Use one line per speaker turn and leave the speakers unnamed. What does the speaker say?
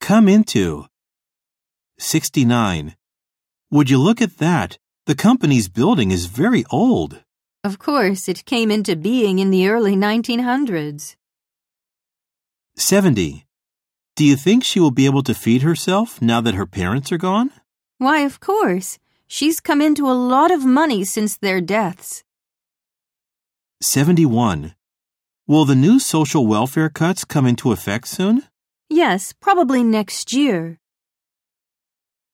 come into. 69. Would you look at that? The company's building is very old.
Of course, it came into being in the early 1900s.
70. Do you think she will be able to feed herself now that her parents are gone?
Why, of course. She's come into a lot of money since their deaths.
71. Will the new social welfare cuts come into effect soon?
Yes, probably next year.